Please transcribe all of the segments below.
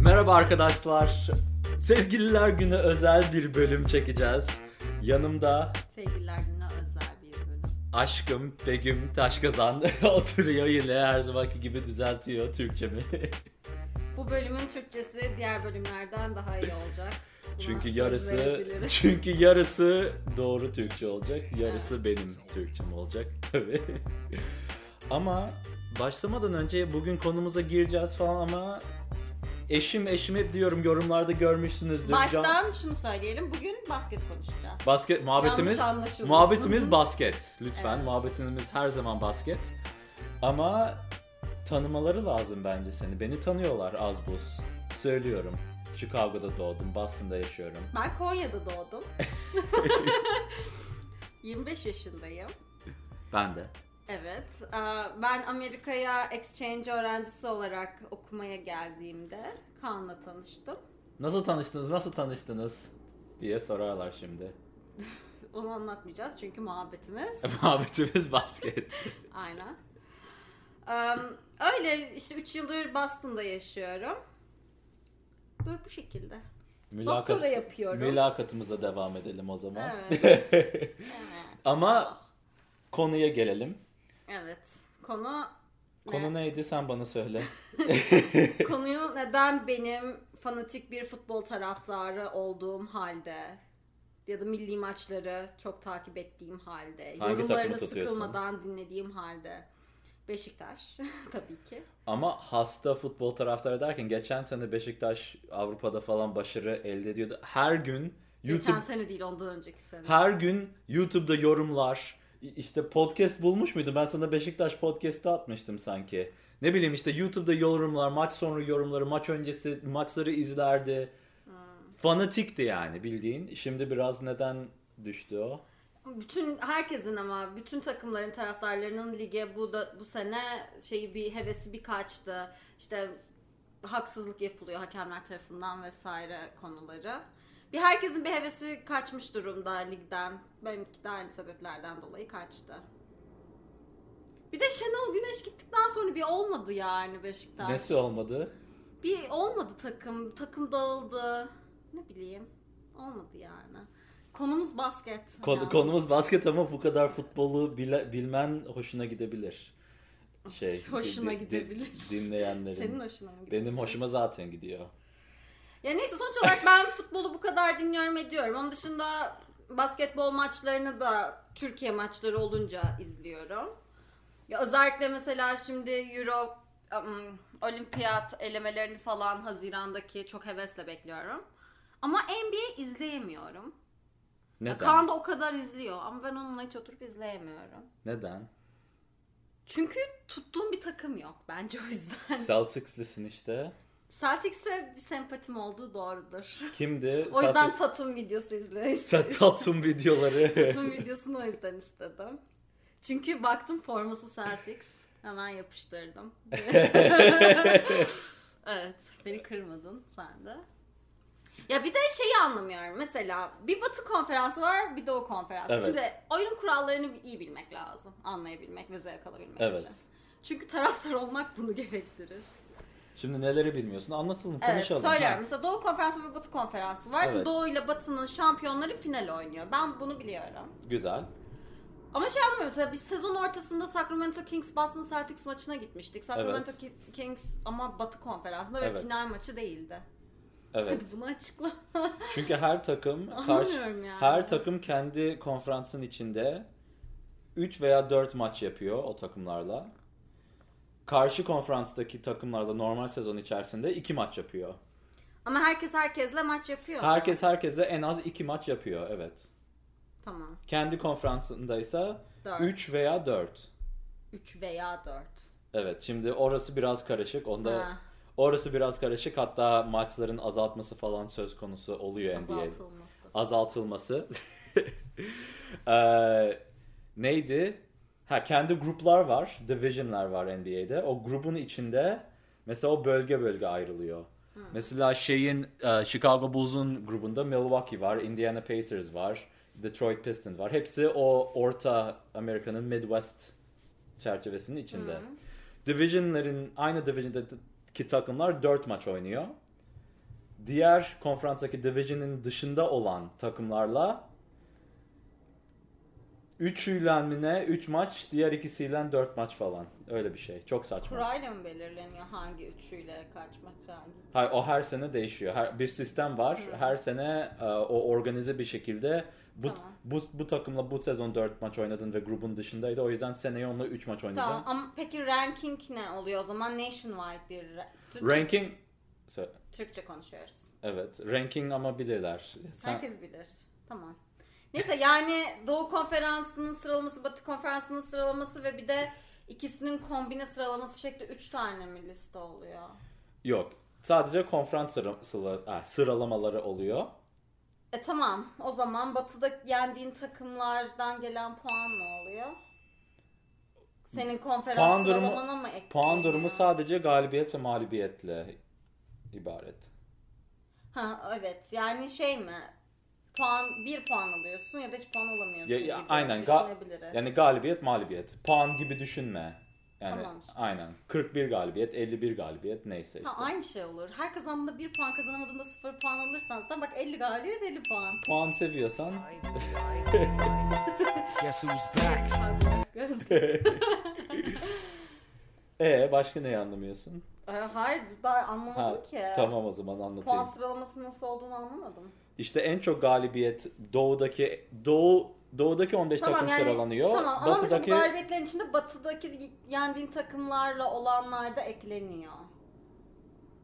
Merhaba arkadaşlar. Sevgililer günü özel bir bölüm çekeceğiz. Yanımda Sevgililer gününe özel bir bölüm. aşkım Begüm Taşkazan oturuyor yine her zamanki gibi düzeltiyor Türkçemi. Bu bölümün Türkçesi diğer bölümlerden daha iyi olacak. Buna çünkü söz yarısı verebilirim. çünkü yarısı doğru Türkçe olacak, yarısı benim Türkçem olacak tabii. ama başlamadan önce bugün konumuza gireceğiz falan ama eşim eşim hep diyorum yorumlarda görmüşsünüzdür. Can- Baştan şunu söyleyelim. Bugün basket konuşacağız. Basket muhabbetimiz Yanlış anlaşılmasın. muhabbetimiz basket. Lütfen Evet. muhabbetimiz her zaman basket. Ama tanımaları lazım bence seni. Beni tanıyorlar az buz. Söylüyorum. Chicago'da doğdum, Boston'da yaşıyorum. Ben Konya'da doğdum. 25 yaşındayım. Ben de. Evet. Aa, Ben Amerika'ya exchange öğrencisi olarak okumaya geldiğimde Kaan'la tanıştım. Nasıl tanıştınız? Nasıl tanıştınız? diye sorarlar şimdi. Onu anlatmayacağız çünkü muhabbetimiz. Muhabbetimiz basket. Aynen. Eee, öyle işte 3 yıldır Boston'da yaşıyorum. Böyle bu şekilde. Doktora yapıyorum. mülakatımıza devam edelim o zaman. Evet. evet. Ama konuya gelelim. Evet. Konu ne? Konu neydi sen bana söyle. Konuyu neden benim fanatik bir futbol taraftarı olduğum halde ya da milli maçları çok takip ettiğim halde, Hangi takımı yorumlarını tutuyorsun? sıkılmadan dinlediğim halde Beşiktaş tabii ki. Ama hasta futbol taraftarı derken geçen sene Beşiktaş Avrupa'da falan başarı elde ediyordu. Her gün YouTube Geçen sene değil ondan önceki sene. her gün YouTube'da yorumlar. i- işte podcast bulmuş muydum? Ben sana Beşiktaş podcast'ı atmıştım sanki. Ne bileyim işte YouTube'da yorumlar, maç sonra yorumları, maç öncesi maçları izlerdi. Hmm. Fanatikti yani bildiğin. Şimdi biraz neden düştü o? Bütün herkesin ama bütün takımların taraftarlarının lige bu da bu sene şeyi bir hevesi bir kaçtı. İşte haksızlık yapılıyor hakemler tarafından vesaire konuları. Bir herkesin bir hevesi kaçmış durumda ligden. Benimki de aynı sebeplerden dolayı kaçtı. Bir de Şenol Güneş gittikten sonra bir olmadı yani Beşiktaş. Nesi olmadı? Bir olmadı takım. Takım dağıldı. Ne bileyim. Olmadı yani. Konumuz basket. Kon- yalnız. konumuz basket ama bu kadar futbolu bile- bilmen hoşuna gidebilir. Şey, Hoşuna di- di- gidebilir. Dinleyenlerin. Senin hoşuna mı gidiyor? Benim hoşuma zaten gidiyor. Ya neyse sonuç olarak ben futbolu bu kadar dinliyorum ediyorum. Onun dışında basketbol maçlarını da Türkiye maçları olunca izliyorum. Ya özellikle mesela şimdi Euro ım, olimpiyat elemelerini falan Haziran'daki çok hevesle bekliyorum. Ama NBA izleyemiyorum. Neden? Kaan da o kadar izliyor ama ben onunla hiç oturup izleyemiyorum. Neden? Çünkü tuttuğum bir takım yok bence o yüzden. Celtics'lisin işte. Celtics'e bir sempatim olduğu doğrudur. Kimdi? O yüzden Celtics- Tatum videosu izle. Ta- Tatum videoları. Tatum videosunu o yüzden istedim. Çünkü baktım forması Celtics. Hemen yapıştırdım. evet. Beni kırmadın sen de. Ya bir de şeyi anlamıyorum. Mesela bir batı konferansı var bir doğu konferansı. Evet. Şimdi oyunun kurallarını iyi bilmek lazım. Anlayabilmek ve zevk alabilmek Evet. için. Çünkü taraftar olmak bunu gerektirir. Şimdi neleri bilmiyorsun? Anlatalım, Evet konuşalım. söylüyorum. Mesela Doğu Konferansı ve Batı Konferansı var. Şimdi Evet. Doğu ile Batı'nın şampiyonları final oynuyor. Ben bunu biliyorum. Ha, Güzel. Ama şey anlamıyorum mesela biz sezon ortasında Sacramento Kings Boston Celtics maçına gitmiştik. Sacramento Ki- Kings ama Batı Konferansı'nda ve Evet. final maçı değildi. Evet. Hadi bunu açıkla. Çünkü her takım karşı Anlamıyorum yani. her takım kendi konferansın içinde 3 veya 4 maç yapıyor o takımlarla. Karşı konferanstaki takımlarla normal sezon içerisinde 2 maç yapıyor. Ama herkes herkesle maç yapıyor. mu? Herkes herkese en az 2 maç yapıyor, evet. Tamam. Kendi konferansındaysa Dört. 3 veya 4. 3 veya 4. Evet şimdi orası biraz karışık. Onda Ha. orası biraz karışık. Hatta maçların azaltması falan söz konusu oluyor NBA'de. Azaltılması. Azaltılması. Eee, neydi? Ha kendi gruplar var. Division'lar var NBA'de. O grubun içinde mesela o bölge bölge ayrılıyor. Mesela şeyin e, Chicago Bulls'un grubunda Milwaukee var, Indiana Pacers var, Detroit Pistons var. Hepsi o orta Amerika'nın Midwest çerçevesinin içinde. Division'ların aynı division'daki takımlar 4 maç oynuyor. diğer konferanstaki division'in dışında olan takımlarla 3'üyle mi ne 3 maç, diğer ikisiyle 4 maç falan. Öyle bir şey. Çok saçma. Kurayla mı belirleniyor hangi üçüyle kaç maç hangi? Hayır o her sene değişiyor. Her, bir sistem var. Hı. Her sene e, o organize bir şekilde bu, Tamam. bu bu takımla bu sezon 4 maç oynadın ve grubun dışındaydı. O yüzden seneye onunla 3 maç oynayacaksın. Tamam ama peki ranking ne oluyor o zaman? Nationwide bir ra- Tür- Ranking Sö- Türkçe konuşuyoruz. evet ranking ama bilirler. Sen- Herkes bilir. Tamam. Neyse yani Doğu Konferansı'nın sıralaması, Batı Konferansı'nın sıralaması ve bir de ikisinin kombine sıralaması şekli 3 tane mi liste oluyor? Yok. Sadece konferans sıra- sıla- ha, sıralamaları oluyor. E tamam. O zaman Batı'da yendiğin takımlardan gelen puan ne oluyor? Senin konferans Puan durumu- sıralamana mı ekleniyor? Puan durumu sadece galibiyet ve mağlubiyetle ibaret. Ha evet. Yani şey mi? Puan bir puan alıyorsun ya da hiç puan alamıyorsun Ya- ya, gibi aynen. Ga- düşünebiliriz. Yani galibiyet mağlubiyet. Puan gibi düşünme. Yani Tamam işte. aynen. 41 galibiyet, 51 galibiyet neyse işte. Ha, aynı şey olur. Her kazandığında bir puan kazanamadığında sıfır puan alırsan zaten bak 50 galibiyet 50 puan. Puan seviyorsan Guess who's back? ee başka neyi anlamıyorsun? Ee, Hayır daha anlamadım ki. tamam o zaman Puan anlatayım. sıralaması nasıl olduğunu anlamadım. İşte en çok galibiyet doğudaki doğu doğudaki 15 takım sıralanıyor. Tamam ama mesela bu Batıdaki galibiyetlerin içinde batıdaki yendiğin takımlarla olanlar da ekleniyor.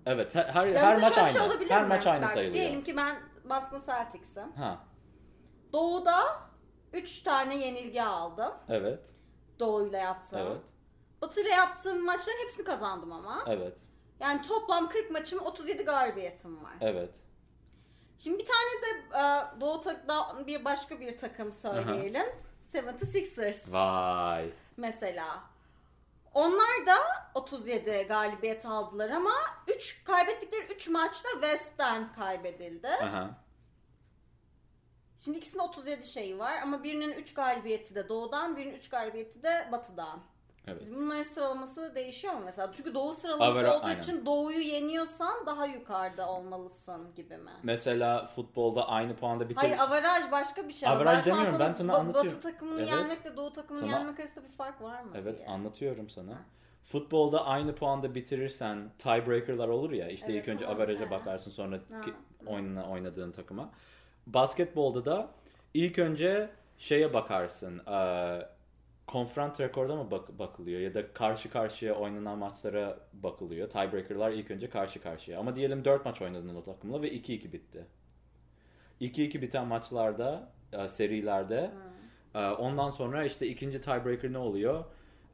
evet her her, Ya her mesela maç şöyle bir şey aynı. olabilir her mi? maç aynı Bak, sayılıyor. Diyelim ki ben Boston Celtics'im. Ha Doğu'da 3 tane yenilgi aldım. evet. Doğu'yla yaptığım. Evet. Batı'yla yaptığım maçların hepsini kazandım ama. Evet. Yani toplam 40 maçım 37 galibiyetim var. Evet. Şimdi bir tane de e, Doğu takımdan bir başka bir takım söyleyelim. 76ers Vay. mesela. Onlar da 37 galibiyet aldılar ama 3 kaybettikleri 3 maçta West'ten kaybedildi. Aha. Şimdi ikisinin 37 şeyi şey var ama birinin 3 galibiyeti de Doğu'dan, birinin 3 galibiyeti de Batı'dan. Evet. Bunların sıralaması değişiyor mu mesela? Çünkü Doğu sıralaması Avera- olduğu aynen. için Doğu'yu yeniyorsan daha yukarıda olmalısın gibi mi? Mesela futbolda aynı puanda bir Hayır tek- avaraj başka bir şey. ama Averaj şu an demiyorum, ben sana Ba- anlatıyorum. Batı takımını Evet. yenmekle Doğu takımını Sana- yenmek arasında bir fark var mı? Evet diye. anlatıyorum sana. Futbolda aynı puanda bitirirsen tiebreaker'lar olur ya. işte Evet, ilk önce tamam. averaja Ha. bakarsın sonra ki- oyununa oynadığın takıma. Basketbolda da ilk önce şeye bakarsın. eee konferans rekorda mı bak- bakılıyor ya da karşı karşıya oynanan maçlara bakılıyor. Tiebreaker'lar ilk önce karşı karşıya. Ama diyelim 4 maç oynadın o takımla ve 2-2 bitti. 2-2 biten maçlarda, e, serilerde e, ondan sonra işte ikinci tiebreaker ne oluyor?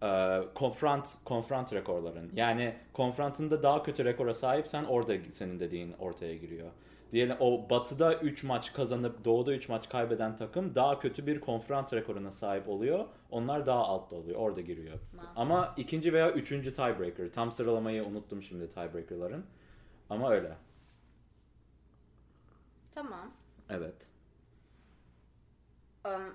E, konferans konferans rekorların. Yani konfrantında daha kötü rekora sahipsen orada senin dediğin ortaya giriyor. Diyelim o batıda 3 maç kazanıp doğuda 3 maç kaybeden takım daha kötü bir konferans rekoruna sahip oluyor. Onlar daha altta oluyor. Orada giriyor. Mantıklı. Ama ikinci veya üçüncü tiebreaker. Tam sıralamayı unuttum şimdi tiebreaker'ların. Ama öyle. Tamam. Evet. Am,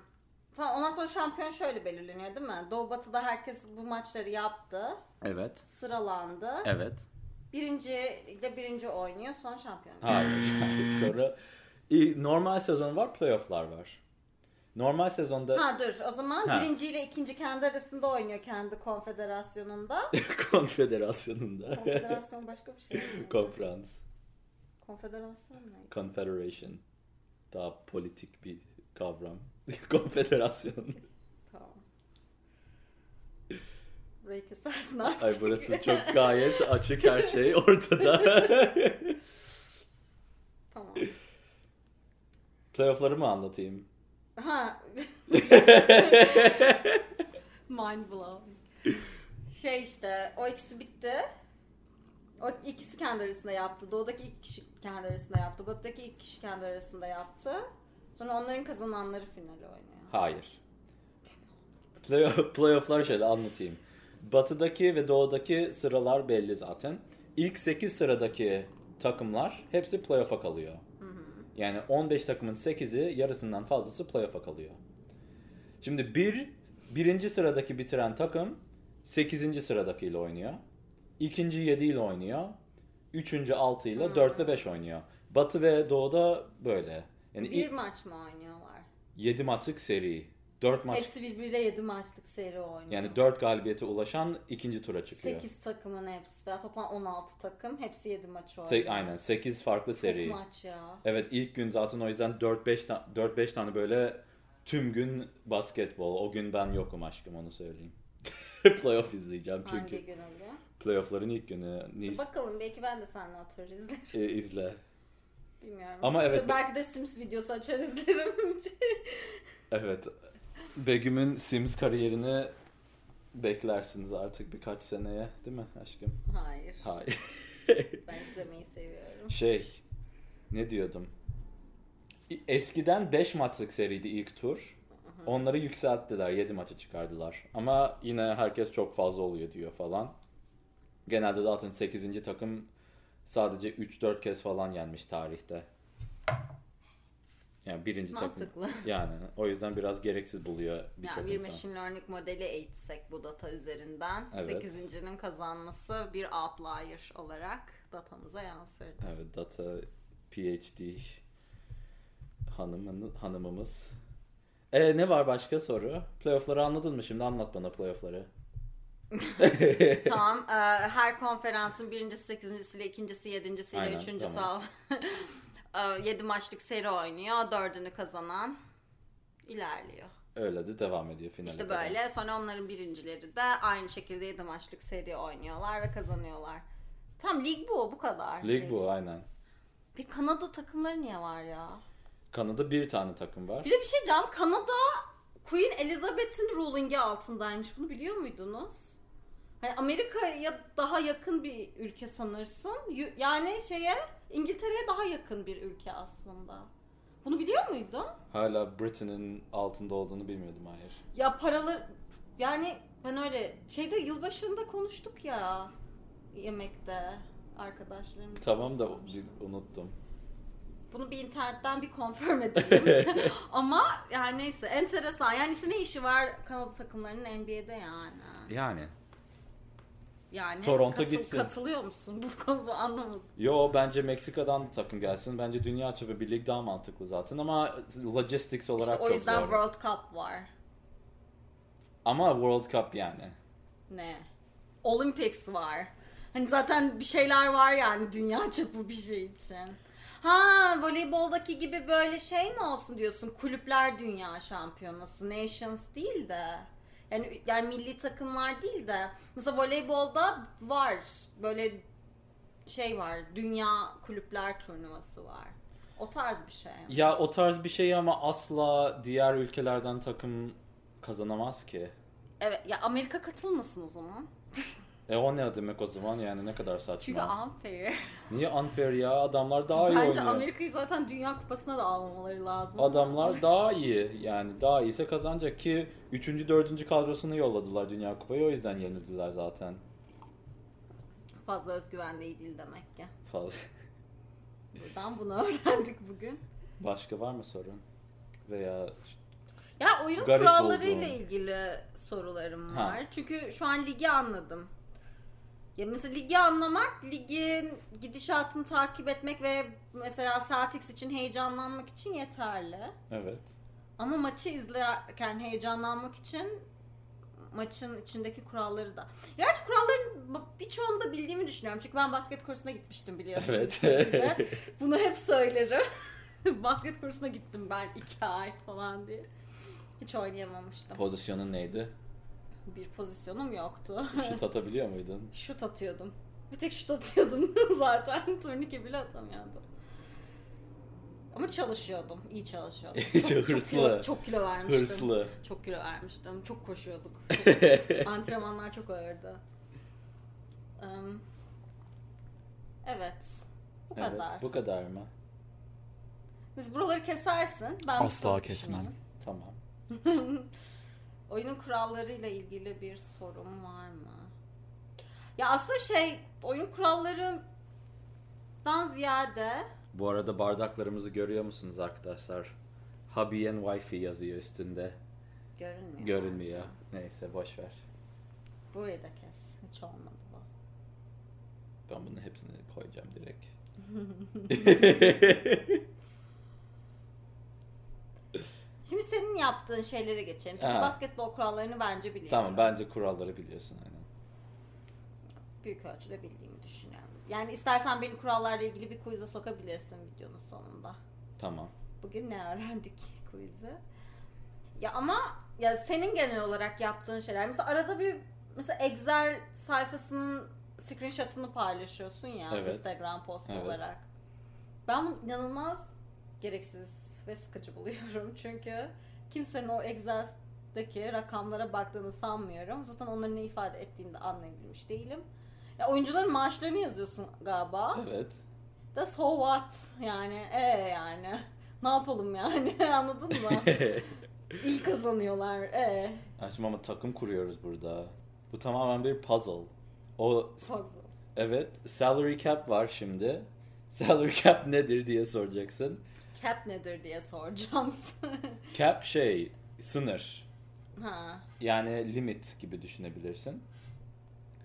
tamam ondan sonra şampiyon şöyle belirleniyor değil mi? Doğu Batı'da herkes bu maçları yaptı. Evet. Sıralandı. Evet. Birinci ile birinci oynuyor son şampiyon. Hayır. hayır. Sonra İ- normal sezon var, playoff'lar var. Normal sezonda Ha dur o zaman Ha. birinci ile ikinci kendi arasında oynuyor kendi konfederasyonunda. konfederasyonunda Konfederasyon başka bir şey mi? konferans, Konfederasyon ne? confederation daha politik bir kavram. Konfederasyon. Tamam. Burayı kesersin artık. Ay burası çok gayet açık her şey ortada. Tamam. Playoff'ları mı anlatayım? Ha. Mind blowing. Şey işte o ikisi bitti. O ikisi kendi arasında yaptı. Doğudaki iki kişi kendi arasında yaptı. Batı'daki iki kişi kendi arasında yaptı. Sonra onların kazananları finale oynuyor. Hayır. Play- Playoff'lar şöyle anlatayım. Batıdaki ve doğudaki sıralar belli zaten. İlk 8 sıradaki takımlar hepsi playoff'a kalıyor. Yani 15 takımın 8'i yarısından fazlası playoff'a kalıyor. Şimdi bir, birinci sıradaki bitiren takım 8. sıradakiyle oynuyor. İkinci 7 ile oynuyor. 3. 6 ile 4 ile 5 oynuyor. Batı ve Doğu'da böyle. Yani Bir maç mı oynuyorlar? 7 maçlık seri. 4 maç Hepsi birbiriyle 7 maçlık seri oynuyor. yani 4 galibiyete ulaşan ikinci tura çıkıyor. 8 takımın hepsi. de. Toplam 16 takım. Hepsi 7 maç oynuyor. Se- aynen 8 farklı seri. Çok maç ya. Evet ilk gün zaten o yüzden 4-5 ta- 4-5 tane böyle tüm gün basketbol. O gün ben yokum aşkım onu söyleyeyim. Playoff izleyeceğim çünkü. Hangi gün öyle? Playoff'ların ilk günü. Nice Bakalım belki ben de seninle oturur izlerim. e, izle. Bilmiyorum. Ama evet- Belki de Sims videosu açar izlerim. Evet. Begüm'ün Sims kariyerini beklersiniz artık birkaç seneye değil mi aşkım? Hayır. Hayır. Ben izlemeyi seviyorum. şey ne diyordum? Eskiden 5 maçlık seriydi ilk tur. Onları yükselttiler. 7 maça çıkardılar. Ama yine herkes çok fazla oluyor diyor falan. Genelde zaten 8. takım sadece 3-4 kez falan yenmiş tarihte. Yani birinci takım. Mantıklı. Yani o yüzden biraz gereksiz buluyor birçok yani bir insan. machine learning modeli eğitsek bu data üzerinden Evet. sekizincinin kazanması bir outlier olarak datamıza yansırdı. Evet, data PhD hanımın, hanımımız. E ne var başka soru? Playoff'ları anladın mı şimdi? Anlat bana playoff'ları. tamam. e, her konferansın birincisi sekizincisiyle, ikincisi yedincisiyle, Aynen, üçüncüsü tamam. al. E, yedi maçlık seri oynuyor. Dördünü kazanan ilerliyor. Öyle de devam ediyor finale İşte kadar. böyle. Sonra onların birincileri de aynı şekilde 7 maçlık seri oynuyorlar ve kazanıyorlar. Tam lig bu, bu kadar. Lig bu aynen. Bir Kanada takımları niye var ya? Kanada bir tane takım var. Bir de bir şey diyeceğim. Kanada Queen Elizabeth'in ruling'i altındaymış. Bunu biliyor muydunuz? Hani Amerika'ya daha yakın bir ülke sanırsın. Yu- Yani şeye İngiltere'ye daha yakın bir ülke aslında. Bunu biliyor muydun? Hala Britain'in altında olduğunu bilmiyordum hayır. Ya paralar yani ben öyle şeyde yılbaşında konuştuk ya yemekte arkadaşlarımız. Tamam da bir- unuttum. Bunu bir internetten bir confirm edelim. Ama yani neyse enteresan. Yani işte ne işi var Kanada takımlarının NBA'de yani. Yani. Yani Toronto gitsin. Katılıyor musun? Bu konu bu anlamadım. Yo bence Meksika'dan takım gelsin. Bence dünya çapı bir lig daha mantıklı zaten ama logistics olarak İşte o çok yüzden zor. World Cup var. Ama World Cup yani. Ne? Olympics var. Hani zaten bir şeyler var yani dünya çapı bir şey için. Ha voleyboldaki gibi böyle şey mi olsun diyorsun? Kulüpler dünya şampiyonası, nations değil de. Yani yani milli takımlar değil de. Mesela voleybolda var böyle şey var. Dünya kulüpler turnuvası var. O tarz bir şey. Ya o tarz bir şey ama asla diğer ülkelerden takım kazanamaz ki. Evet ya Amerika katılmasın o zaman. E o ne demek o zaman yani ne kadar saçma. Çünkü unfair. Niye unfair ya adamlar daha iyi Bence oynuyor. Amerika'yı zaten dünya kupasına da almaları lazım. Adamlar daha iyi yani daha iyiyse kazanacak ki 3. 4. kadrosunu yolladılar Dünya Kupayı o yüzden yenildiler zaten. Fazla özgüven değil, değil demek ki. Fazla. Buradan bunu öğrendik bugün. Başka var mı sorun? Veya Ya oyunun Garip kurallarıyla olduğum. ilgili sorularım Ha. var. Çünkü şu an ligi anladım. Ya mesela ligi anlamak, ligin gidişatını takip etmek ve mesela Celtics için heyecanlanmak için yeterli. evet. Ama maçı izlerken heyecanlanmak için maçın içindeki kuralları da. Gerçi kuralların birçoğunu da bildiğimi düşünüyorum. Çünkü ben basket kursuna gitmiştim biliyorsun. Evet. Sevgili. Bunu hep söylerim. basket kursuna gittim ben iki ay falan diye. Hiç oynayamamıştım. Pozisyonun neydi? Bir pozisyonum yoktu. Şut atabiliyor muydun? Şut atıyordum. Bir tek şut atıyordum zaten. Turnike bile atamıyordum. Ama çalışıyordum. iyi çalışıyordum. Çok hırslı. kilo, çok kilo vermiştim. Hırslı. Çok kilo vermiştim. Çok koşuyorduk. Antrenmanlar çok ağırdı. Em, evet. Bu evet, kadar. bu kadar mı? Biz buraları kesersin. Ben bir Asla soru kesmem. düşüneyim. Tamam. Oyunun kurallarıyla ilgili bir sorun var mı? Ya aslında şey oyun kurallarından ziyade Bu arada bardaklarımızı görüyor musunuz arkadaşlar? Hubby and wifey yazıyor üstünde. görünmüyor. Görünmüyor. bence. Neyse boş ver. Burayı da kes. Hiç olmadı bu. Ben bunun hepsini koyacağım direkt. Şimdi senin yaptığın şeylere geçelim. Çünkü Ha. basketbol kurallarını bence biliyorum. tamam bence kuralları biliyorsun aynen. Büyük ölçüde bildiğimi düşünüyorum. Yani istersen beni kurallarla ilgili bir quiz'e sokabilirsin videonun sonunda. Tamam. Bugün ne öğrendik quiz'i? Ya ama ya senin genel olarak yaptığın şeyler. Mesela arada bir mesela Excel sayfasının screenshot'ını paylaşıyorsun ya Evet. Instagram post Evet. olarak. Ben bunu inanılmaz gereksiz ve sıkıcı buluyorum. Çünkü kimsenin o Excel'deki rakamlara baktığını sanmıyorum. Zaten onların ne ifade ettiğini de anlayabilmiş değilim. Ya oyuncuların maaşlarını yazıyorsun galiba. Evet. Da so what yani e yani ne yapalım yani anladın mı? İyi kazanıyorlar e Ha, Şimdi ama takım kuruyoruz burada. Bu tamamen bir puzzle. O puzzle. evet salary cap var şimdi. Salary cap nedir diye soracaksın. Cap nedir diye soracağım. Cap şey sınır. ha. Yani limit gibi düşünebilirsin.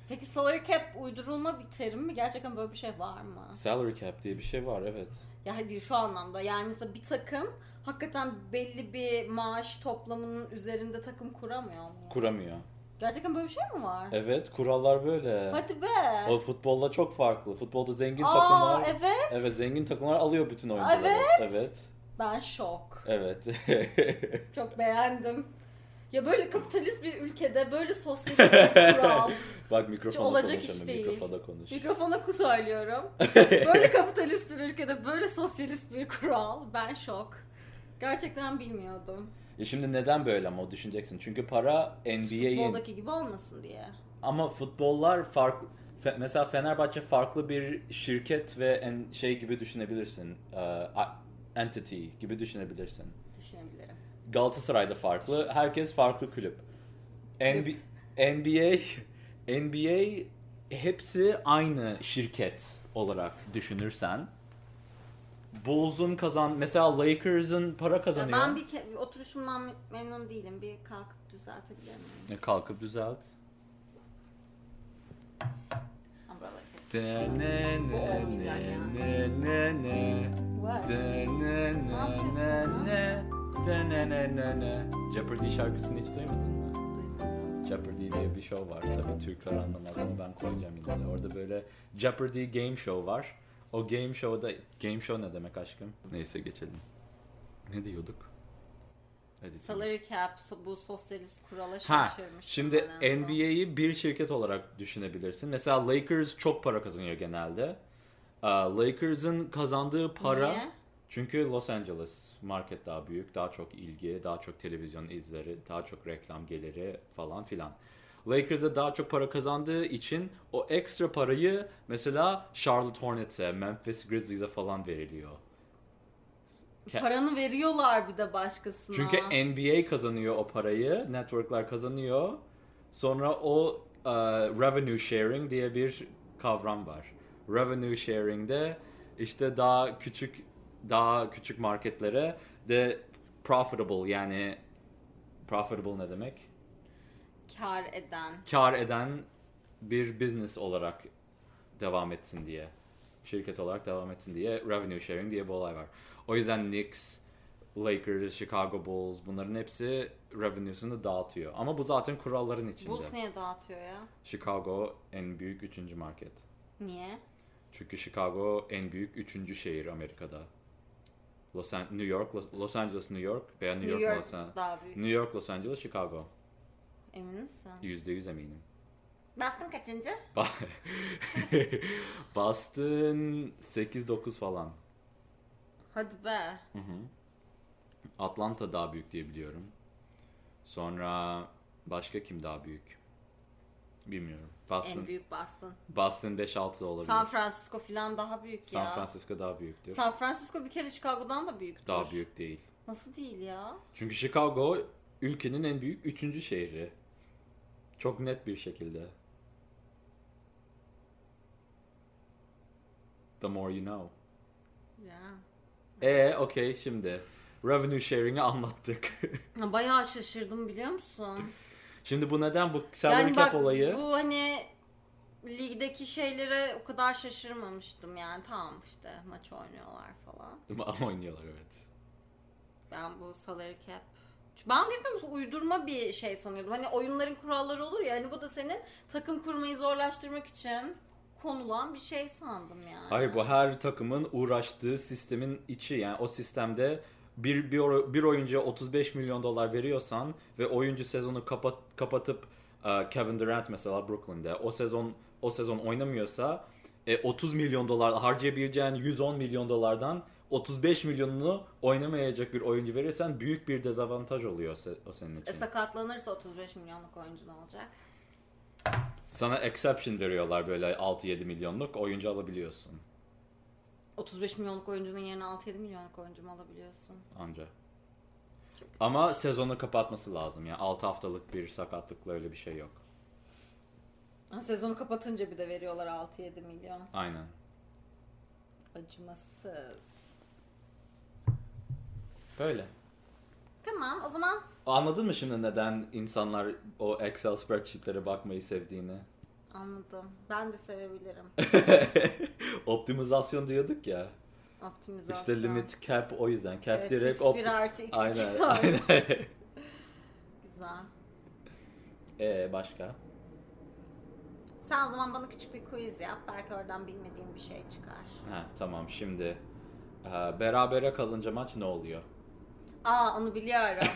Peki salary cap uydurulma bir terim mi? Gerçekten böyle bir şey var mı? Salary cap diye bir şey var evet. Ya hadi şu anlamda yani mesela bir takım hakikaten belli bir maaş toplamının üzerinde takım kuramıyor mu? Kuramıyor. Gerçekten böyle bir şey mi var? Evet kurallar böyle. Hadi be. O futbolla çok farklı. Futbolda zengin Aa takımlar evet. Evet zengin takımlar alıyor bütün oyuncuları. Evet. Ben şok. Evet. Çok beğendim. Ya böyle kapitalist bir ülkede böyle sosyalist bir kural. Bak mikrofonda olacak konuş. iş ama değil. Mikrofonda konuş. Mikrofona ku söylüyorum. Böyle kapitalist bir ülkede böyle sosyalist bir kural. Ben şok. Gerçekten bilmiyordum. E şimdi neden böyle ama o düşüneceksin. Çünkü para NBA'in Futboldaki gibi olmasın diye. ama futbollar farklı Fe- mesela Fenerbahçe farklı bir şirket ve en şey gibi düşünebilirsin. Ee, a- entity gibi düşünebilirsin. Düşünebilirim. Galatasaray'da farklı. Herkes farklı kulüp. NB- NBA NBA hepsi aynı şirket olarak düşünürsen Bulls'un kazan mesela Lakers'ın para Ya kazanıyor. ben bir ke- bir oturuşumdan memnun değilim. Bir kalkıp düzeltebilir miyim? E, Kalkıp düzelt. Ha, buraları kes. What? Jeopardy şarkısını hiç duymadın mı? Duymadım. Jeopardy diye bir show var. Tabii Türkler anlamaz ama ben koyacağım yine de. Orada böyle Jeopardy game show var. O game show'da game show ne demek aşkım? Neyse geçelim. Ne diyorduk? Hadi. Salary cap so- bu sosyalist kurala Ha, şaşırmış. şimdi ben en son. NBA'yi bir şirket olarak düşünebilirsin. Mesela Lakers çok para kazanıyor genelde. Ee, Lakers'ın kazandığı para Niye? çünkü Los Angeles market daha büyük, daha çok ilgi, daha çok televizyon izleri, daha çok reklam geliri falan filan. Lakers'da daha çok para kazandığı için o ekstra parayı mesela Charlotte Hornets'e, Memphis Grizzlies'e falan veriliyor. Ke- Paranı veriyorlar bir de başkasına. Çünkü NBA kazanıyor o parayı, networkler kazanıyor. Sonra o e, revenue sharing diye bir kavram var. Revenue sharing'de işte daha küçük daha küçük marketlere de profitable yani profitable ne demek? kar eden. Kar eden bir business olarak devam etsin diye. Şirket olarak devam etsin diye revenue sharing diye bir olay var. O yüzden Knicks, Lakers, Chicago Bulls bunların hepsi revenue'sunu dağıtıyor. Ama bu zaten kuralların içinde. Bulls niye dağıtıyor ya? Chicago en büyük üçüncü market. Niye? Çünkü Chicago en büyük üçüncü şehir Amerika'da. Los An- New York, Los, Los Angeles, New York veya New, New York, York Los An- daha büyük. New York, Los Angeles, Chicago. Emin misin? Yüzde yüz eminim. Bastım kaçıncı? Ba- Boston 8-9 falan. Hadi be. Atlanta daha büyük diye biliyorum. Sonra başka kim daha büyük? Bilmiyorum. Boston, En büyük Boston. Boston 5-6 da olabilir. San San, Francisco filan daha büyük ya. Francisco daha büyüktür. San Francisco bir kere Chicago'dan da büyüktür. daha büyük değil. Nasıl değil ya? Çünkü Chicago ülkenin en büyük üçüncü şehri. Çok net bir şekilde. The more you know. Ya. E, okey şimdi. Revenue sharing'i anlattık. Ya Bayağı şaşırdım biliyor musun? şimdi bu neden bu salary cap olayı? bu hani ligdeki şeylere o kadar şaşırmamıştım yani tamam işte maç oynuyorlar falan. Ama oynuyorlar evet. Ben bu salary cap ben gerçekten uydurma bir şey sanıyordum. Hani oyunların kuralları olur ya hani bu da senin takım kurmayı zorlaştırmak için konulan bir şey sandım yani. E, Hayır bu her takımın uğraştığı sistemin içi yani o sistemde bir, bir, oy- bir oyuncuya 35 milyon dolar veriyorsan ve oyuncu sezonu kapat, kapatıp e, Kevin Durant mesela Brooklyn'de o sezon o sezon oynamıyorsa e, 30 milyon dolar harcayabileceğin 110 milyon dolardan 35 milyonunu oynamayacak bir oyuncu verirsen büyük bir dezavantaj oluyor se- o senin için. E, sakatlanırsa 35 milyonluk oyuncu ne olacak? Sana exception veriyorlar böyle 6-7 milyonluk oyuncu alabiliyorsun 35 milyonluk oyuncunun yerine 6-7 milyonluk oyuncu mu alabiliyorsun? anca. Çok güzel. Ama sezonu kapatması lazım yani 6 haftalık bir sakatlıkla öyle bir şey yok. Ha, Sezonu kapatınca bir de veriyorlar 6-7 milyon. Aynen. Acımasız. Böyle. Tamam o zaman Anladın mı şimdi neden insanlar o Excel spreadsheetlere bakmayı sevdiğini? anladım. Ben de sevebilirim. Optimizasyon diyorduk ya. Optimizasyon. İşte limit cap o yüzden. Cap evet, direkt x opti- 1 artı x Aynen. kare. aynen. Güzel. Ee, başka? Sen o zaman bana küçük bir quiz yap. Belki oradan bilmediğim bir şey çıkar. Ha, tamam şimdi. Ee, berabere kalınca maç ne oluyor? Aa onu biliyorum.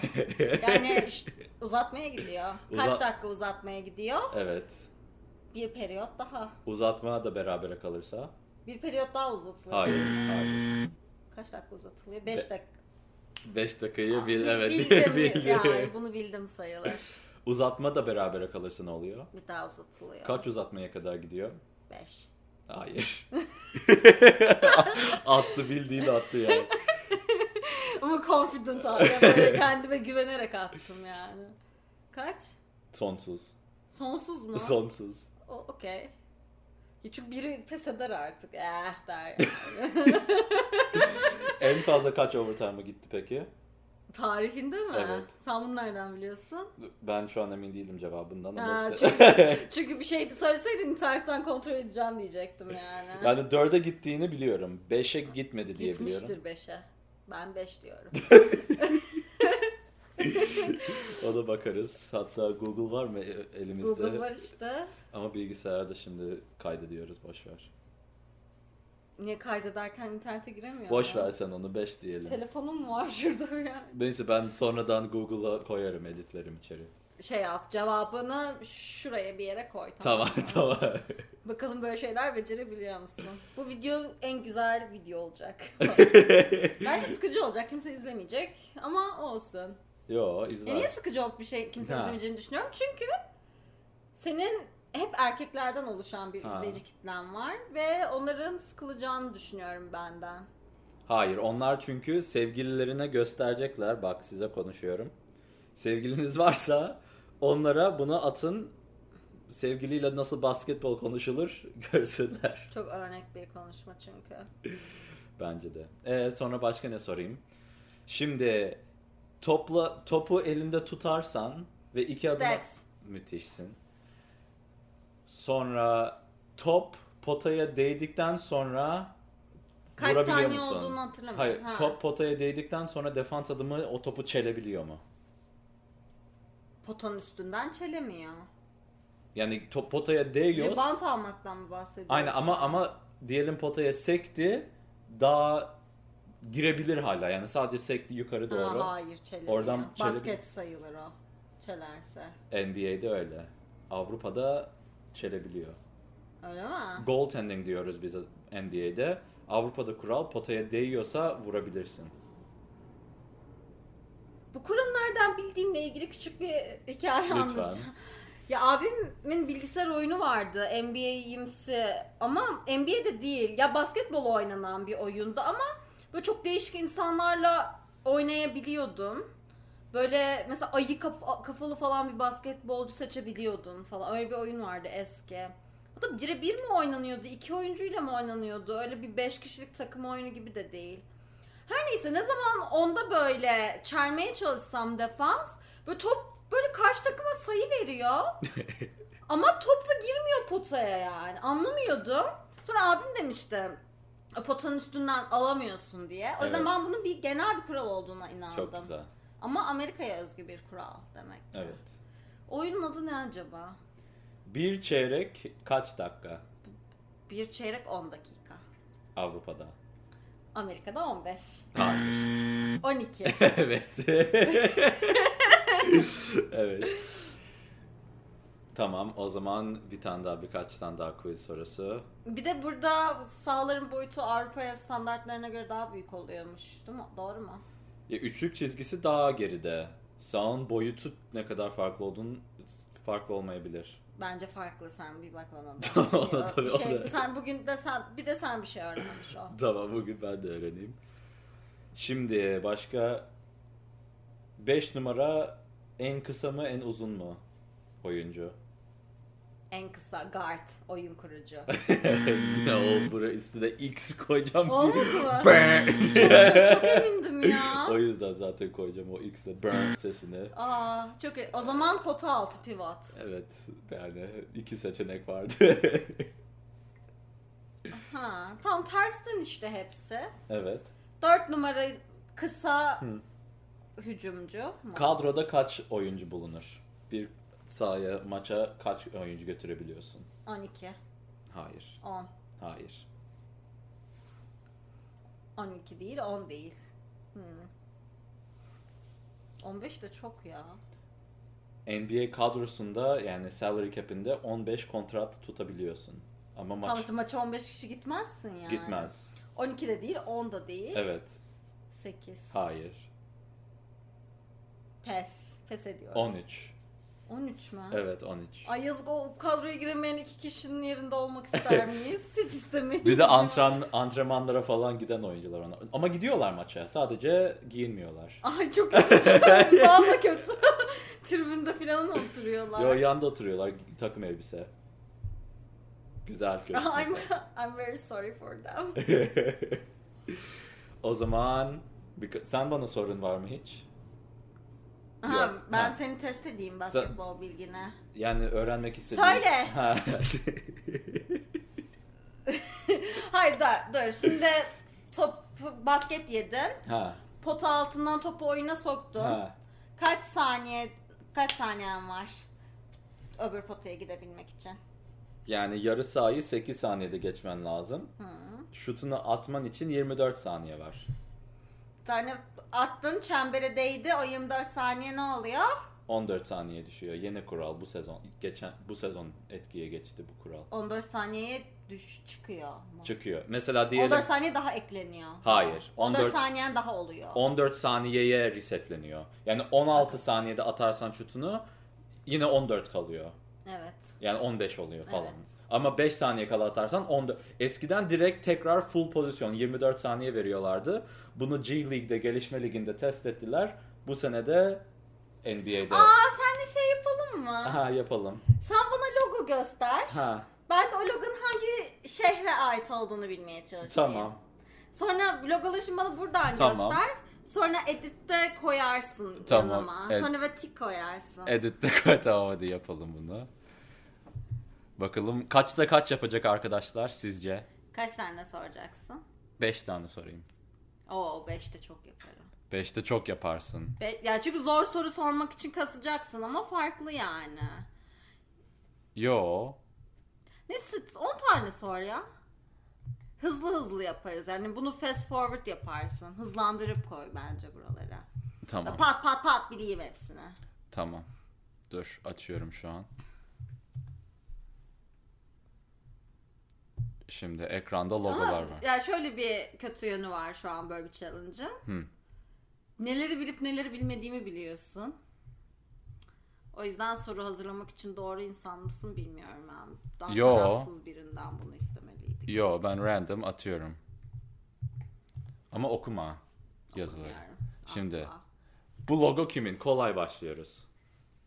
Yani ş- uzatmaya gidiyor. Kaç Uzat- dakika uzatmaya gidiyor? Evet. Bir periyot daha. Uzatma da berabere kalırsa? Bir periyot daha uzatılıyor. Hayır. Hayır. Kaç dakika uzatılıyor? 5 Be- dakika. 5 dakikayı bil, evet Bildim. bildi. Yani bunu bildim sayılır. Uzatma da berabere kalırsa ne oluyor? Bir daha uzatılıyor. Kaç uzatmaya kadar gidiyor? 5. Hayır. attı bildiğini attı yani. Ama confident abi. Böyle kendime güvenerek attım yani. Kaç? Sonsuz. Sonsuz mu? Sonsuz. O- Okey. Ya Çünkü biri pes eder artık. Eh der yani. En fazla kaç overtime'a gitti peki? Tarihinde mi? Evet. Sen bunu nereden biliyorsun? Ben şu an emin değilim cevabından ama... Ha, se- çünkü, çünkü bir şey söyleseydin internetten kontrol edeceğim diyecektim yani. yani 4'e gittiğini biliyorum. 5'e gitmedi diye biliyorum. Gitmiştir 5'e. Ben 5 diyorum. O da bakarız. Hatta Google var mı e- elimizde? Google var işte. Ama bilgisayarda şimdi kaydediyoruz. Boş ver. Niye kaydederken internete giremiyor? Boş mu? ver sen onu 5 diyelim. Telefonum mu var şurada yani. Neyse ben sonradan Google'a koyarım editlerim içeri. Şey yap cevabını şuraya bir yere koy. Tamam mı? tamam. Bakalım böyle şeyler becerebiliyor musun? Bu video en güzel video olacak. Bence sıkıcı olacak. Kimse izlemeyecek. Ama olsun. Yo Ya E, niye izler. sıkıcı olup bir şey kimse Ha. izlemeyeceğini düşünüyorum. Çünkü senin hep erkeklerden oluşan bir Ha. izleyici kitlen var ve onların sıkılacağını düşünüyorum benden. Hayır onlar çünkü sevgililerine gösterecekler. Bak size konuşuyorum. Sevgiliniz varsa onlara bunu atın. Sevgiliyle nasıl basketbol konuşulur görsünler. Çok örnek bir konuşma çünkü. Bence de. Ee, sonra başka ne sorayım? Şimdi topla topu elinde tutarsan ve iki adım Steps. müthişsin. Sonra top potaya değdikten sonra Kaç vurabiliyor saniye musun? olduğunu Hayır, hatırlamıyorum. Ha. top potaya değdikten sonra defans adımı o topu çelebiliyor mu? Potanın üstünden çelemiyor. Yani top potaya değiyor. Rebound almaktan mı bahsediyorsun? Aynen ama ama diyelim potaya sekti daha girebilir hala. Yani sadece sekti yukarı Ha, doğru. hayır çelemiyor. Oradan çelebi- Basket sayılır o. Çelerse. NBA'de öyle. Avrupa'da çelebiliyor. Öyle mi? Goaltending diyoruz biz NBA'de. Avrupa'da kural potaya değiyorsa vurabilirsin. Bu kurallardan bildiğimle ilgili küçük bir hikaye Lütfen. anlatacağım. Ya abimin bilgisayar oyunu vardı NBA'imsi ama NBA'de değil ya basketbol oynanan bir oyundu ama böyle çok değişik insanlarla oynayabiliyordum. Böyle mesela ayı kaf- kafalı falan bir basketbolcu seçebiliyordun falan öyle bir oyun vardı eski. Hatta bire bir mi oynanıyordu iki oyuncuyla mı oynanıyordu öyle bir beş kişilik takım oyunu gibi de değil. Her neyse ne zaman onda böyle çelmeye çalışsam defans böyle top böyle karşı takıma sayı veriyor. Ama top da girmiyor potaya yani. Anlamıyordum. Sonra abim demişti "E, potanın üstünden alamıyorsun diye. O yüzden Evet. ben bunun bir genel bir kural olduğuna inandım. Çok güzel. Ama Amerika'ya özgü bir kural demek. ki. Evet. Oyunun adı ne acaba? Bir çeyrek kaç dakika Bir çeyrek 10 dakika. Avrupa'da? Amerika'da 15. Hayır. 12. evet. evet. Tamam o zaman bir tane daha birkaç tane daha quiz sorusu. bir de burada sahaların boyutu Avrupa'ya standartlarına göre daha büyük oluyormuş. Değil mi? Doğru mu? Ya, üçlük çizgisi daha geride. Sağın boyutu ne kadar farklı olduğunu farklı olmayabilir. Bence farklı sen bir bak ona da. Ona Ya, tabii, bir şey, ona. sen bugün de sen bir de sen bir şey öğrenmiş ol. Tamam bugün ben de öğreneyim. Şimdi başka 5 numara en kısa mı en uzun mu oyuncu? En kısa guard oyun kurucu. ne o buraya üstüne X koyacağım. Olmadı mı? Çok emindim ya. o yüzden zaten koyacağım o X'le burn sesini. Aa çok iyi. O zaman pota altı pivot. Evet yani iki seçenek vardı. Ha, tam tersten işte hepsi. evet. Dört numara kısa Hı. hücumcu. mu? Kadroda kaç oyuncu bulunur? Bir sahaya maça kaç oyuncu götürebiliyorsun? 12, Hayır. 10. Hayır. 12 değil, 10 değil. Hmm. 15 de çok ya. NBA kadrosunda yani salary cap'inde 15 kontrat tutabiliyorsun. Ama maç Tam işte maça 15 kişi gitmezsin yani. gitmez. 12 de değil, 10 da değil. Evet. 8. Hayır. Pes. Pes ediyorum. 13. 13 mü? Evet 13. Ay yazık o kadroya giremeyen iki kişinin yerinde olmak ister miyiz? Hiç istemeyiz. Bir de antren, antrenmanlara falan giden oyuncular ona. Ama gidiyorlar maça. Sadece giyinmiyorlar. Ay çok kötü. Daha da kötü. Tribünde falan mı oturuyorlar? Yo yanda oturuyorlar takım elbise. Güzel köşe. I'm, I'm very sorry for them. o zaman birka- sen bana sorun var mı hiç? Ha, Yok, ben ha. seni test edeyim basketbol bilgine. Yani öğrenmek istediğin... Söyle. Ha. Hayır da dur şimdi top basket yedim. ha. Pota altından topu oyuna soktum. Ha. Kaç saniye kaç saniyen var? Öbür potaya gidebilmek için. Yani yarı sahayı 8 saniyede geçmen lazım. Şutunu atman için 24 saniye var. Bir tane Hani attın çembere değdi. O 24 saniye ne oluyor? 14 saniye düşüyor. Yeni kural bu sezon. Geçen bu sezon etkiye geçti bu kural. 14 saniyeye düş çıkıyor. mu? Çıkıyor. Mesela diyelim 14 saniye daha ekleniyor. Hayır, 14, 14 saniyen daha oluyor. 14 saniyeye resetleniyor. Yani 16 saniyede atarsan şutunu yine 14 kalıyor. Evet. Yani 15 oluyor falan. Evet. Ama 5 saniye kala atarsan 14. Eskiden direkt tekrar full pozisyon 24 saniye veriyorlardı. Bunu G League'de, gelişme liginde test ettiler. Bu sene de NBA'de. Aa sen de şey yapalım mı? Ha yapalım. Sen bana logo göster. Ha Ben de o logonun hangi şehre ait olduğunu bilmeye çalışayım. tamam. Sonra logoları şimdi bana buradan Tamam. göster. Sonra editte koyarsın Tamam, yanıma. evet. Sonra ve tik koyarsın. Edit'te koy tamam hadi yapalım bunu. Bakalım kaçta kaç yapacak arkadaşlar sizce? Kaç tane soracaksın? 5 tane sorayım. Oo 5 de çok yaparım. 5'te çok yaparsın. Be- ya çünkü zor soru sormak için kasacaksın ama farklı yani. Yo. Ne 10 tane sor ya. Hızlı hızlı yaparız. Yani bunu fast forward yaparsın. Hızlandırıp koy bence buralara. Tamam. Pat pat pat bileyim hepsini. Tamam. Dur açıyorum şu an. Şimdi ekranda logolar Ama var. ya şöyle bir kötü yönü var şu an böyle bir challenge'ın. Hı. Neleri bilip neleri bilmediğimi biliyorsun. O yüzden soru hazırlamak için doğru insan mısın bilmiyorum ben. Daha Yo. tarafsız birinden bunu istemeliydik. Yo ben random atıyorum. Ama okuma yazıları. Bilmiyorum. Şimdi. Asla. Bu logo kimin? Kolay başlıyoruz.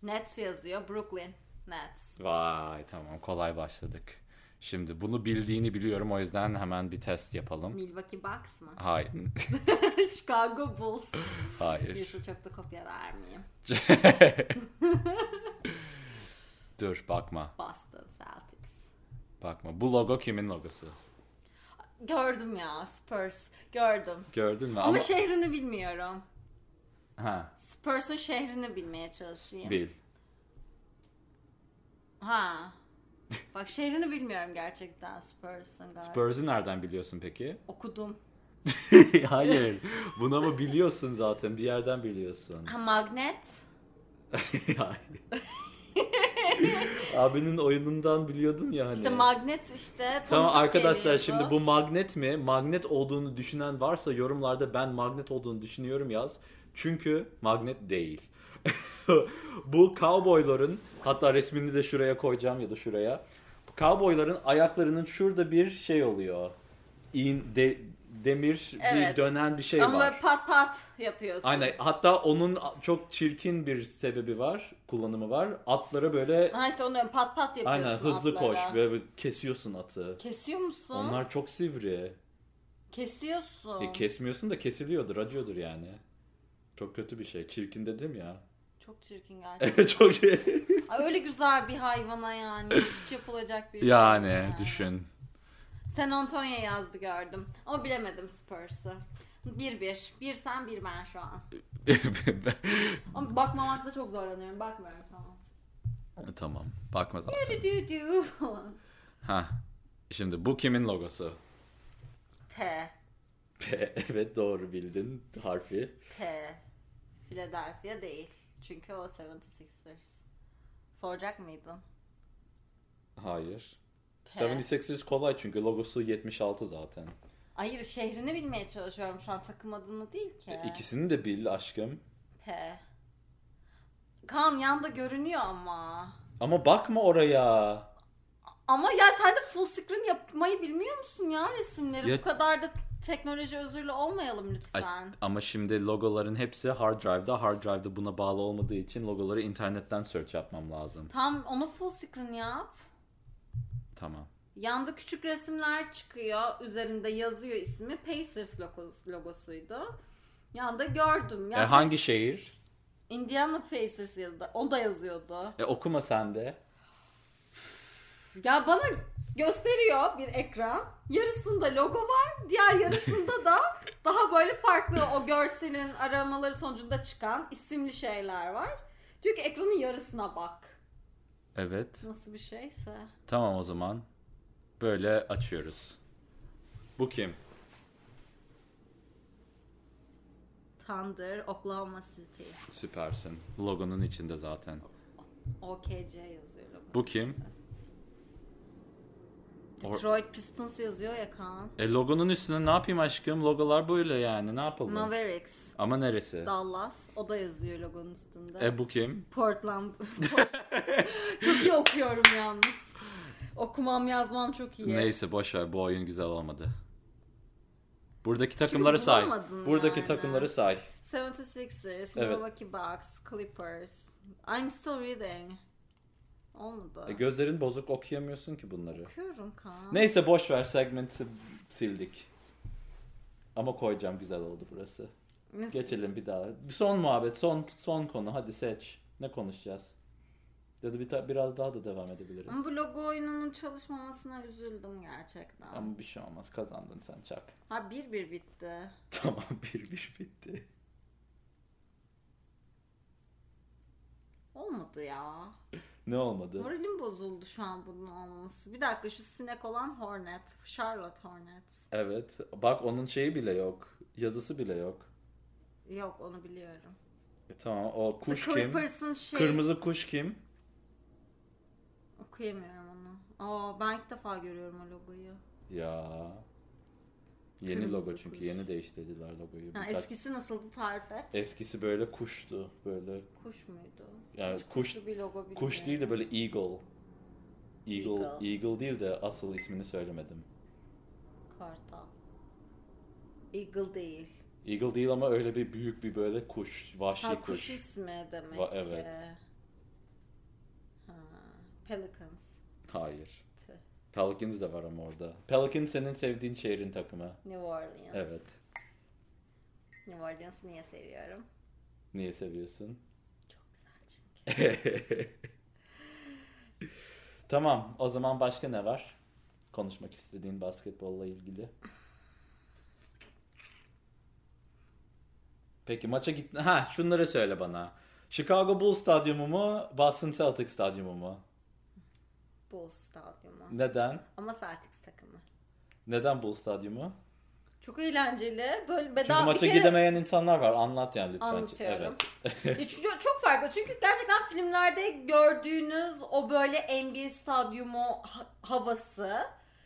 Nets yazıyor. Brooklyn Nets. Vay tamam kolay başladık. Şimdi bunu bildiğini biliyorum o yüzden hemen bir test yapalım. Milwaukee Bucks mı? Hayır. Chicago Bulls. Hayır. Birisi çok da kopya vermeyeyim. Dur bakma. Boston Celtics. Bakma. Bu logo kimin logosu? Gördüm ya Spurs. Gördüm. Gördün mü? Ama, şehrini bilmiyorum. Ha, Spurs'un şehrini bilmeye çalışayım. bil. ha. Bak şehrini bilmiyorum gerçekten Spurs'un galiba. Spurs'u nereden biliyorsun peki? Okudum. Hayır. Bunu ama biliyorsun zaten. Bir yerden biliyorsun. Ha magnet. Abinin oyunundan biliyordun ya hani. İşte magnet işte. tanıdık Tamam arkadaşlar geliyordu. şimdi bu magnet mi? Magnet olduğunu düşünen varsa yorumlarda ben magnet olduğunu düşünüyorum yaz. Çünkü magnet değil. bu cowboyların hatta resmini de şuraya koyacağım ya da şuraya. Bu Cowboyların ayaklarının şurada bir şey oluyor. İğin, de- demir Evet. bir dönen bir şey Ama var. böyle pat pat yapıyorsun. Aynen. Hatta onun çok çirkin bir sebebi var, kullanımı var. Atlara böyle Ha işte onu diyorum, pat pat yapıyorsun aynen hızlı atlara. koş böyle bir kesiyorsun atı. Kesiyor musun? Onlar çok sivri. Kesiyorsun. E, kesmiyorsun da kesiliyordur, acıyordur yani. Çok kötü bir şey. Çirkin dedim ya. Çok çirkin gerçekten. Evet çok şey. Ay öyle güzel bir hayvana yani. Hiç yapılacak bir şey Yani değil. düşün. San Antonio yazdı gördüm. Ama bilemedim Spurs'u. 1-1. Bir sen bir ben şu an. Ama bakmamakta çok zorlanıyorum. Bakmıyorum tamam. tamam. Bakma zaten. Dü dü dü. Ha. Şimdi bu kimin logosu? P. P. Evet doğru bildin harfi. P. Philadelphia değil. Çünkü o 76ers. Soracak mıydın? Hayır. P. 76ers kolay çünkü logosu 76 zaten. Hayır şehrini bilmeye çalışıyorum şu an takım adını değil E, ki. İkisini de bil aşkım. P. Kan yanda görünüyor ama. Ama bakma oraya. Ama ya sen de full screen yapmayı bilmiyor musun ya resimleri? Ya- Bu kadar da teknoloji özürlü olmayalım Ay, lütfen. ama şimdi logoların hepsi hard drive'da. Hard drive'da buna bağlı olmadığı için logoları internetten search yapmam lazım. Tam onu full screen yap. Tamam. Yanda küçük resimler çıkıyor. Üzerinde yazıyor ismi. Pacers logos- logosuydu. Yanda gördüm. E, Ya hangi şehir? Indiana Pacers yazdı. O da yazıyordu. E, okuma sen de. Ya bana gösteriyor bir ekran. Yarısında logo var. Diğer yarısında da daha böyle farklı o görselin aramaları sonucunda çıkan isimli şeyler var. Diyor ki ekranın yarısına bak. Evet. Nasıl bir şeyse. Tamam o zaman. Böyle açıyoruz. Bu kim? Thunder, Oklahoma City. Süpersin. Logonun içinde zaten. OKC yazıyor logo. Bu kim? Detroit Pistons yazıyor ya Kaan. E logonun üstüne ne yapayım aşkım? Logolar böyle yani. Ne yapalım? Mavericks, Ama neresi? Dallas. O da yazıyor logonun üstünde. E bu kim? Portland. çok iyi okuyorum yalnız. Okumam yazmam çok iyi. Neyse boş ver. Bu oyun güzel olmadı. Buradaki takımları say. bulamadın Buradaki yani. takımları say. 76ers, Evet. Milwaukee Bucks, Clippers. I'm still reading. Olmadı. E, gözlerin bozuk okuyamıyorsun ki bunları. Okuyorum Kaan. Neyse boş ver segmenti sildik. Ama koyacağım güzel oldu burası. Nasıl- Geçelim bir daha. Bir son muhabbet, son son konu. Hadi seç. Ne konuşacağız? Ya da bir ta- biraz daha da devam edebiliriz. Ama bu logo oyununun çalışmamasına üzüldüm gerçekten. Ama bir şey olmaz. Kazandın sen çak. Ha 1 bir bitti. Tamam bir bir bitti. Olmadı ya. Ne olmadı? Moralim bozuldu şu an bunun olması. Bir dakika şu sinek olan Hornet. Charlotte Hornet. Evet. Bak onun şeyi bile yok. Yazısı bile yok. Yok onu biliyorum. E, tamam o kuş The kim? Clippers'ın şey... Kırmızı kuş kim? Okuyamıyorum onu. Aa ben ilk defa görüyorum o logoyu. Ya. Yeni Kırmızı logo çünkü kuş. yeni değiştirdiler logoyu. Ha, Birkaç- E- eskisi nasıldı tarif et. Eskisi böyle kuştu. Böyle Kuş muydu? yani Hiç kuş kuşlu bir logo bilmiyorum. kuş değil de böyle eagle. Eagle, Eagle. eagle. değil de asıl ismini söylemedim. Kartal. Eagle değil. Eagle değil ama öyle bir büyük bir böyle kuş, vahşi Ha kuş. kuş. ismi demek Va- ki. evet. Ha, Pelicans. Hayır. Tüh. Pelicans de var ama orada. Pelicans senin sevdiğin şehrin takımı. New Orleans. Evet. New Orleans'ı niye seviyorum? Niye seviyorsun? Çok güzel çünkü. Tamam o zaman başka ne var? Konuşmak istediğin basketbolla ilgili. Peki maça git... Ha şunları söyle bana. Chicago Bulls stadyumu mu? Boston Celtics stadyumu mu? Bulls stadyumu. Neden? Ama Celtics takımı. Neden Bulls stadyumu? Çok eğlenceli. Böyle Çünkü bedava maça bir kere gidemeyen insanlar var. Anlat yani lütfen. anlatıyorum. Evet. Ya E, çünkü çok farklı. Çünkü gerçekten filmlerde gördüğünüz o böyle NBA stadyumu ha- havası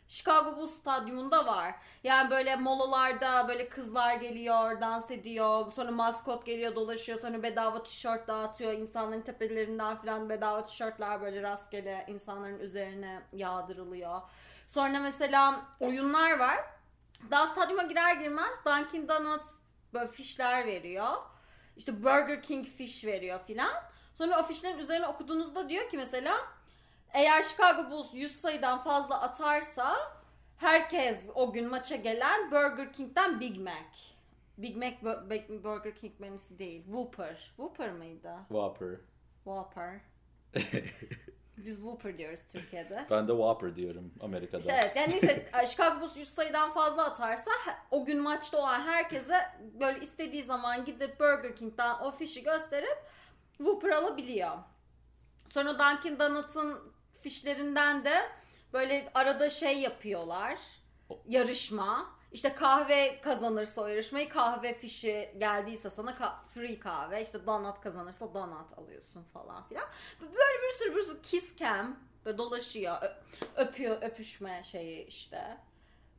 Chicago Bulls stadyumunda var. Yani böyle molalarda böyle kızlar geliyor, dans ediyor. Sonra maskot geliyor, dolaşıyor. Sonra bedava tişört dağıtıyor. insanların tepelerinden falan bedava tişörtler böyle rastgele insanların üzerine yağdırılıyor. Sonra mesela oyunlar var. Daha stadyuma girer girmez Dunkin Donuts böyle fişler veriyor. İşte Burger King fiş veriyor filan. Sonra o fişlerin üzerine okuduğunuzda diyor ki mesela eğer Chicago Bulls 100 sayıdan fazla atarsa herkes o gün maça gelen Burger King'den Big Mac. Big Mac Bur- Bur- Burger King menüsü değil. Whopper. Whopper mıydı? Whopper. Whopper. Biz Whopper diyoruz Türkiye'de. Ben de Whopper diyorum Amerika'da. İşte evet yani neyse Chicago Bulls 100 sayıdan fazla atarsa he- o gün maçta olan herkese böyle istediği zaman gidip Burger King'den o fişi gösterip Whopper alabiliyor. Sonra Dunkin Donuts'ın fişlerinden de böyle arada şey yapıyorlar. Yarışma. İşte kahve kazanırsa o yarışmayı kahve fişi geldiyse sana ka- free kahve işte donut kazanırsa donut alıyorsun falan filan. Böyle bir sürü bir sürü kiss cam böyle dolaşıyor. Ö- öpüyor öpüşme şeyi işte.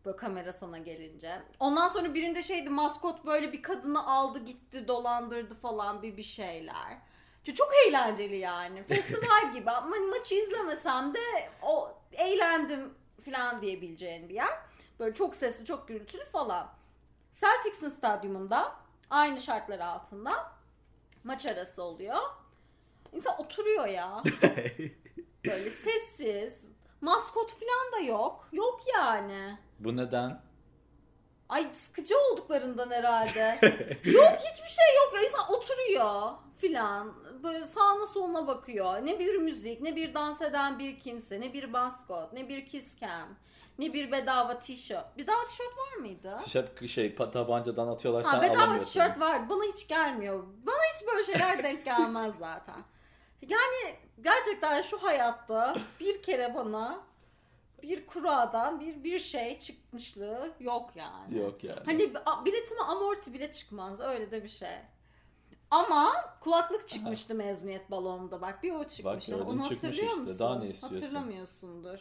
Böyle kamera sana gelince. Ondan sonra birinde şeydi maskot böyle bir kadını aldı gitti dolandırdı falan bir bir şeyler. Çok, çok eğlenceli yani. Festival gibi ama maçı izlemesem de o eğlendim falan diyebileceğin bir yer. Böyle çok sesli çok gürültülü falan. Celtics'in stadyumunda aynı şartlar altında maç arası oluyor. İnsan oturuyor ya. Böyle sessiz. Maskot falan da yok. Yok yani. Bu neden? Ay sıkıcı olduklarından herhalde. yok hiçbir şey yok. İnsan oturuyor filan. Böyle sağına soluna bakıyor. Ne bir müzik, ne bir dans eden bir kimse, ne bir maskot, ne bir kiss cam, ne bir bedava tişört. Bedava tişört var mıydı? Tişört şey pa- tabancadan atıyorlar sen Ha, bedava alamıyorsun. tişört var. Bana hiç gelmiyor. Bana hiç böyle şeyler denk gelmez zaten. Yani gerçekten şu hayatta bir kere bana bir kuradan bir bir şey çıkmışlığı yok yani. Yok yani. Hani a- biletime amorti bile çıkmaz. Öyle de bir şey. Ama kulaklık çıkmıştı mezuniyet balonunda bak bir o çıkmıştı. gördün, Onu çıkmış hatırlıyor işte. musun? Daha ne istiyorsun? Hatırlamıyorsundur.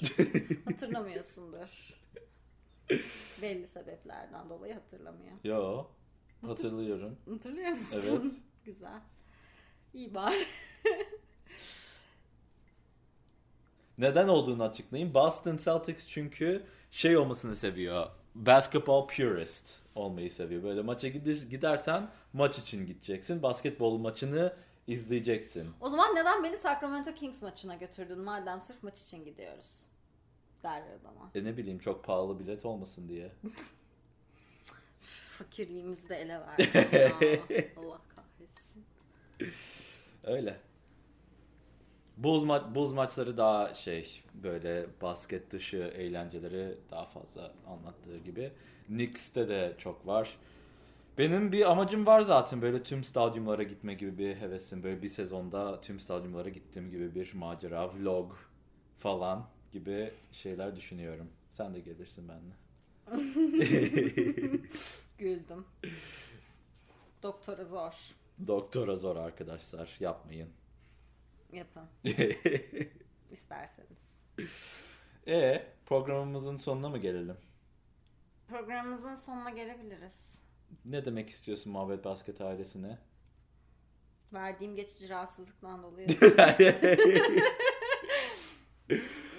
hatırlamıyorsundur. Belli sebeplerden dolayı hatırlamıyor. Yo. Hatırlıyorum. Hatırlıyor musun? Evet. Güzel. İyi bari. Neden olduğunu açıklayayım. Boston Celtics çünkü şey olmasını seviyor. Basketball purist olmayı seviyor. Böyle maça gider, gidersen maç için gideceksin. Basketbol maçını izleyeceksin. O zaman neden beni Sacramento Kings maçına götürdün madem sırf maç için gidiyoruz? Derler adama. E ne bileyim çok pahalı bilet olmasın diye. Fakirliğimizi de ele verdik ya. Allah kahretsin. Öyle. Buz, ma- buz maçları daha şey böyle basket dışı eğlenceleri daha fazla anlattığı gibi. Knicks'te de çok var. Benim bir amacım var zaten böyle tüm stadyumlara gitme gibi bir hevesim. Böyle bir sezonda tüm stadyumlara gittiğim gibi bir macera, vlog falan gibi şeyler düşünüyorum. Sen de gelirsin benimle. Güldüm. Doktora zor. Doktora zor arkadaşlar yapmayın. Yapın. isterseniz. e programımızın sonuna mı gelelim? Programımızın sonuna gelebiliriz. Ne demek istiyorsun Muhabbet Basket ailesine? Verdiğim geçici rahatsızlıktan dolayı.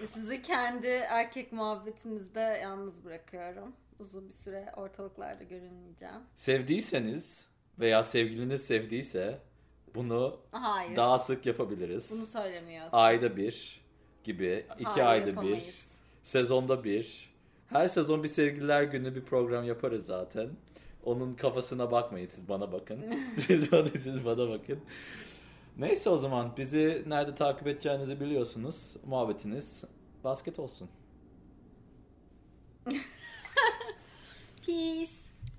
Sizi kendi erkek muhabbetinizde yalnız bırakıyorum. Uzun bir süre ortalıklarda görünmeyeceğim. Sevdiyseniz veya sevgiliniz sevdiyse bunu Hayır. daha sık yapabiliriz. Bunu söylemiyorsun. Ayda bir gibi, iki Hayır, ayda bir, yapamayız. sezonda bir. Her sezon bir sevgililer günü bir program yaparız zaten. Onun kafasına bakmayın siz bana bakın. siz, bana, siz bana bakın. Neyse o zaman bizi nerede takip edeceğinizi biliyorsunuz. Muhabbetiniz basket olsun. Peace.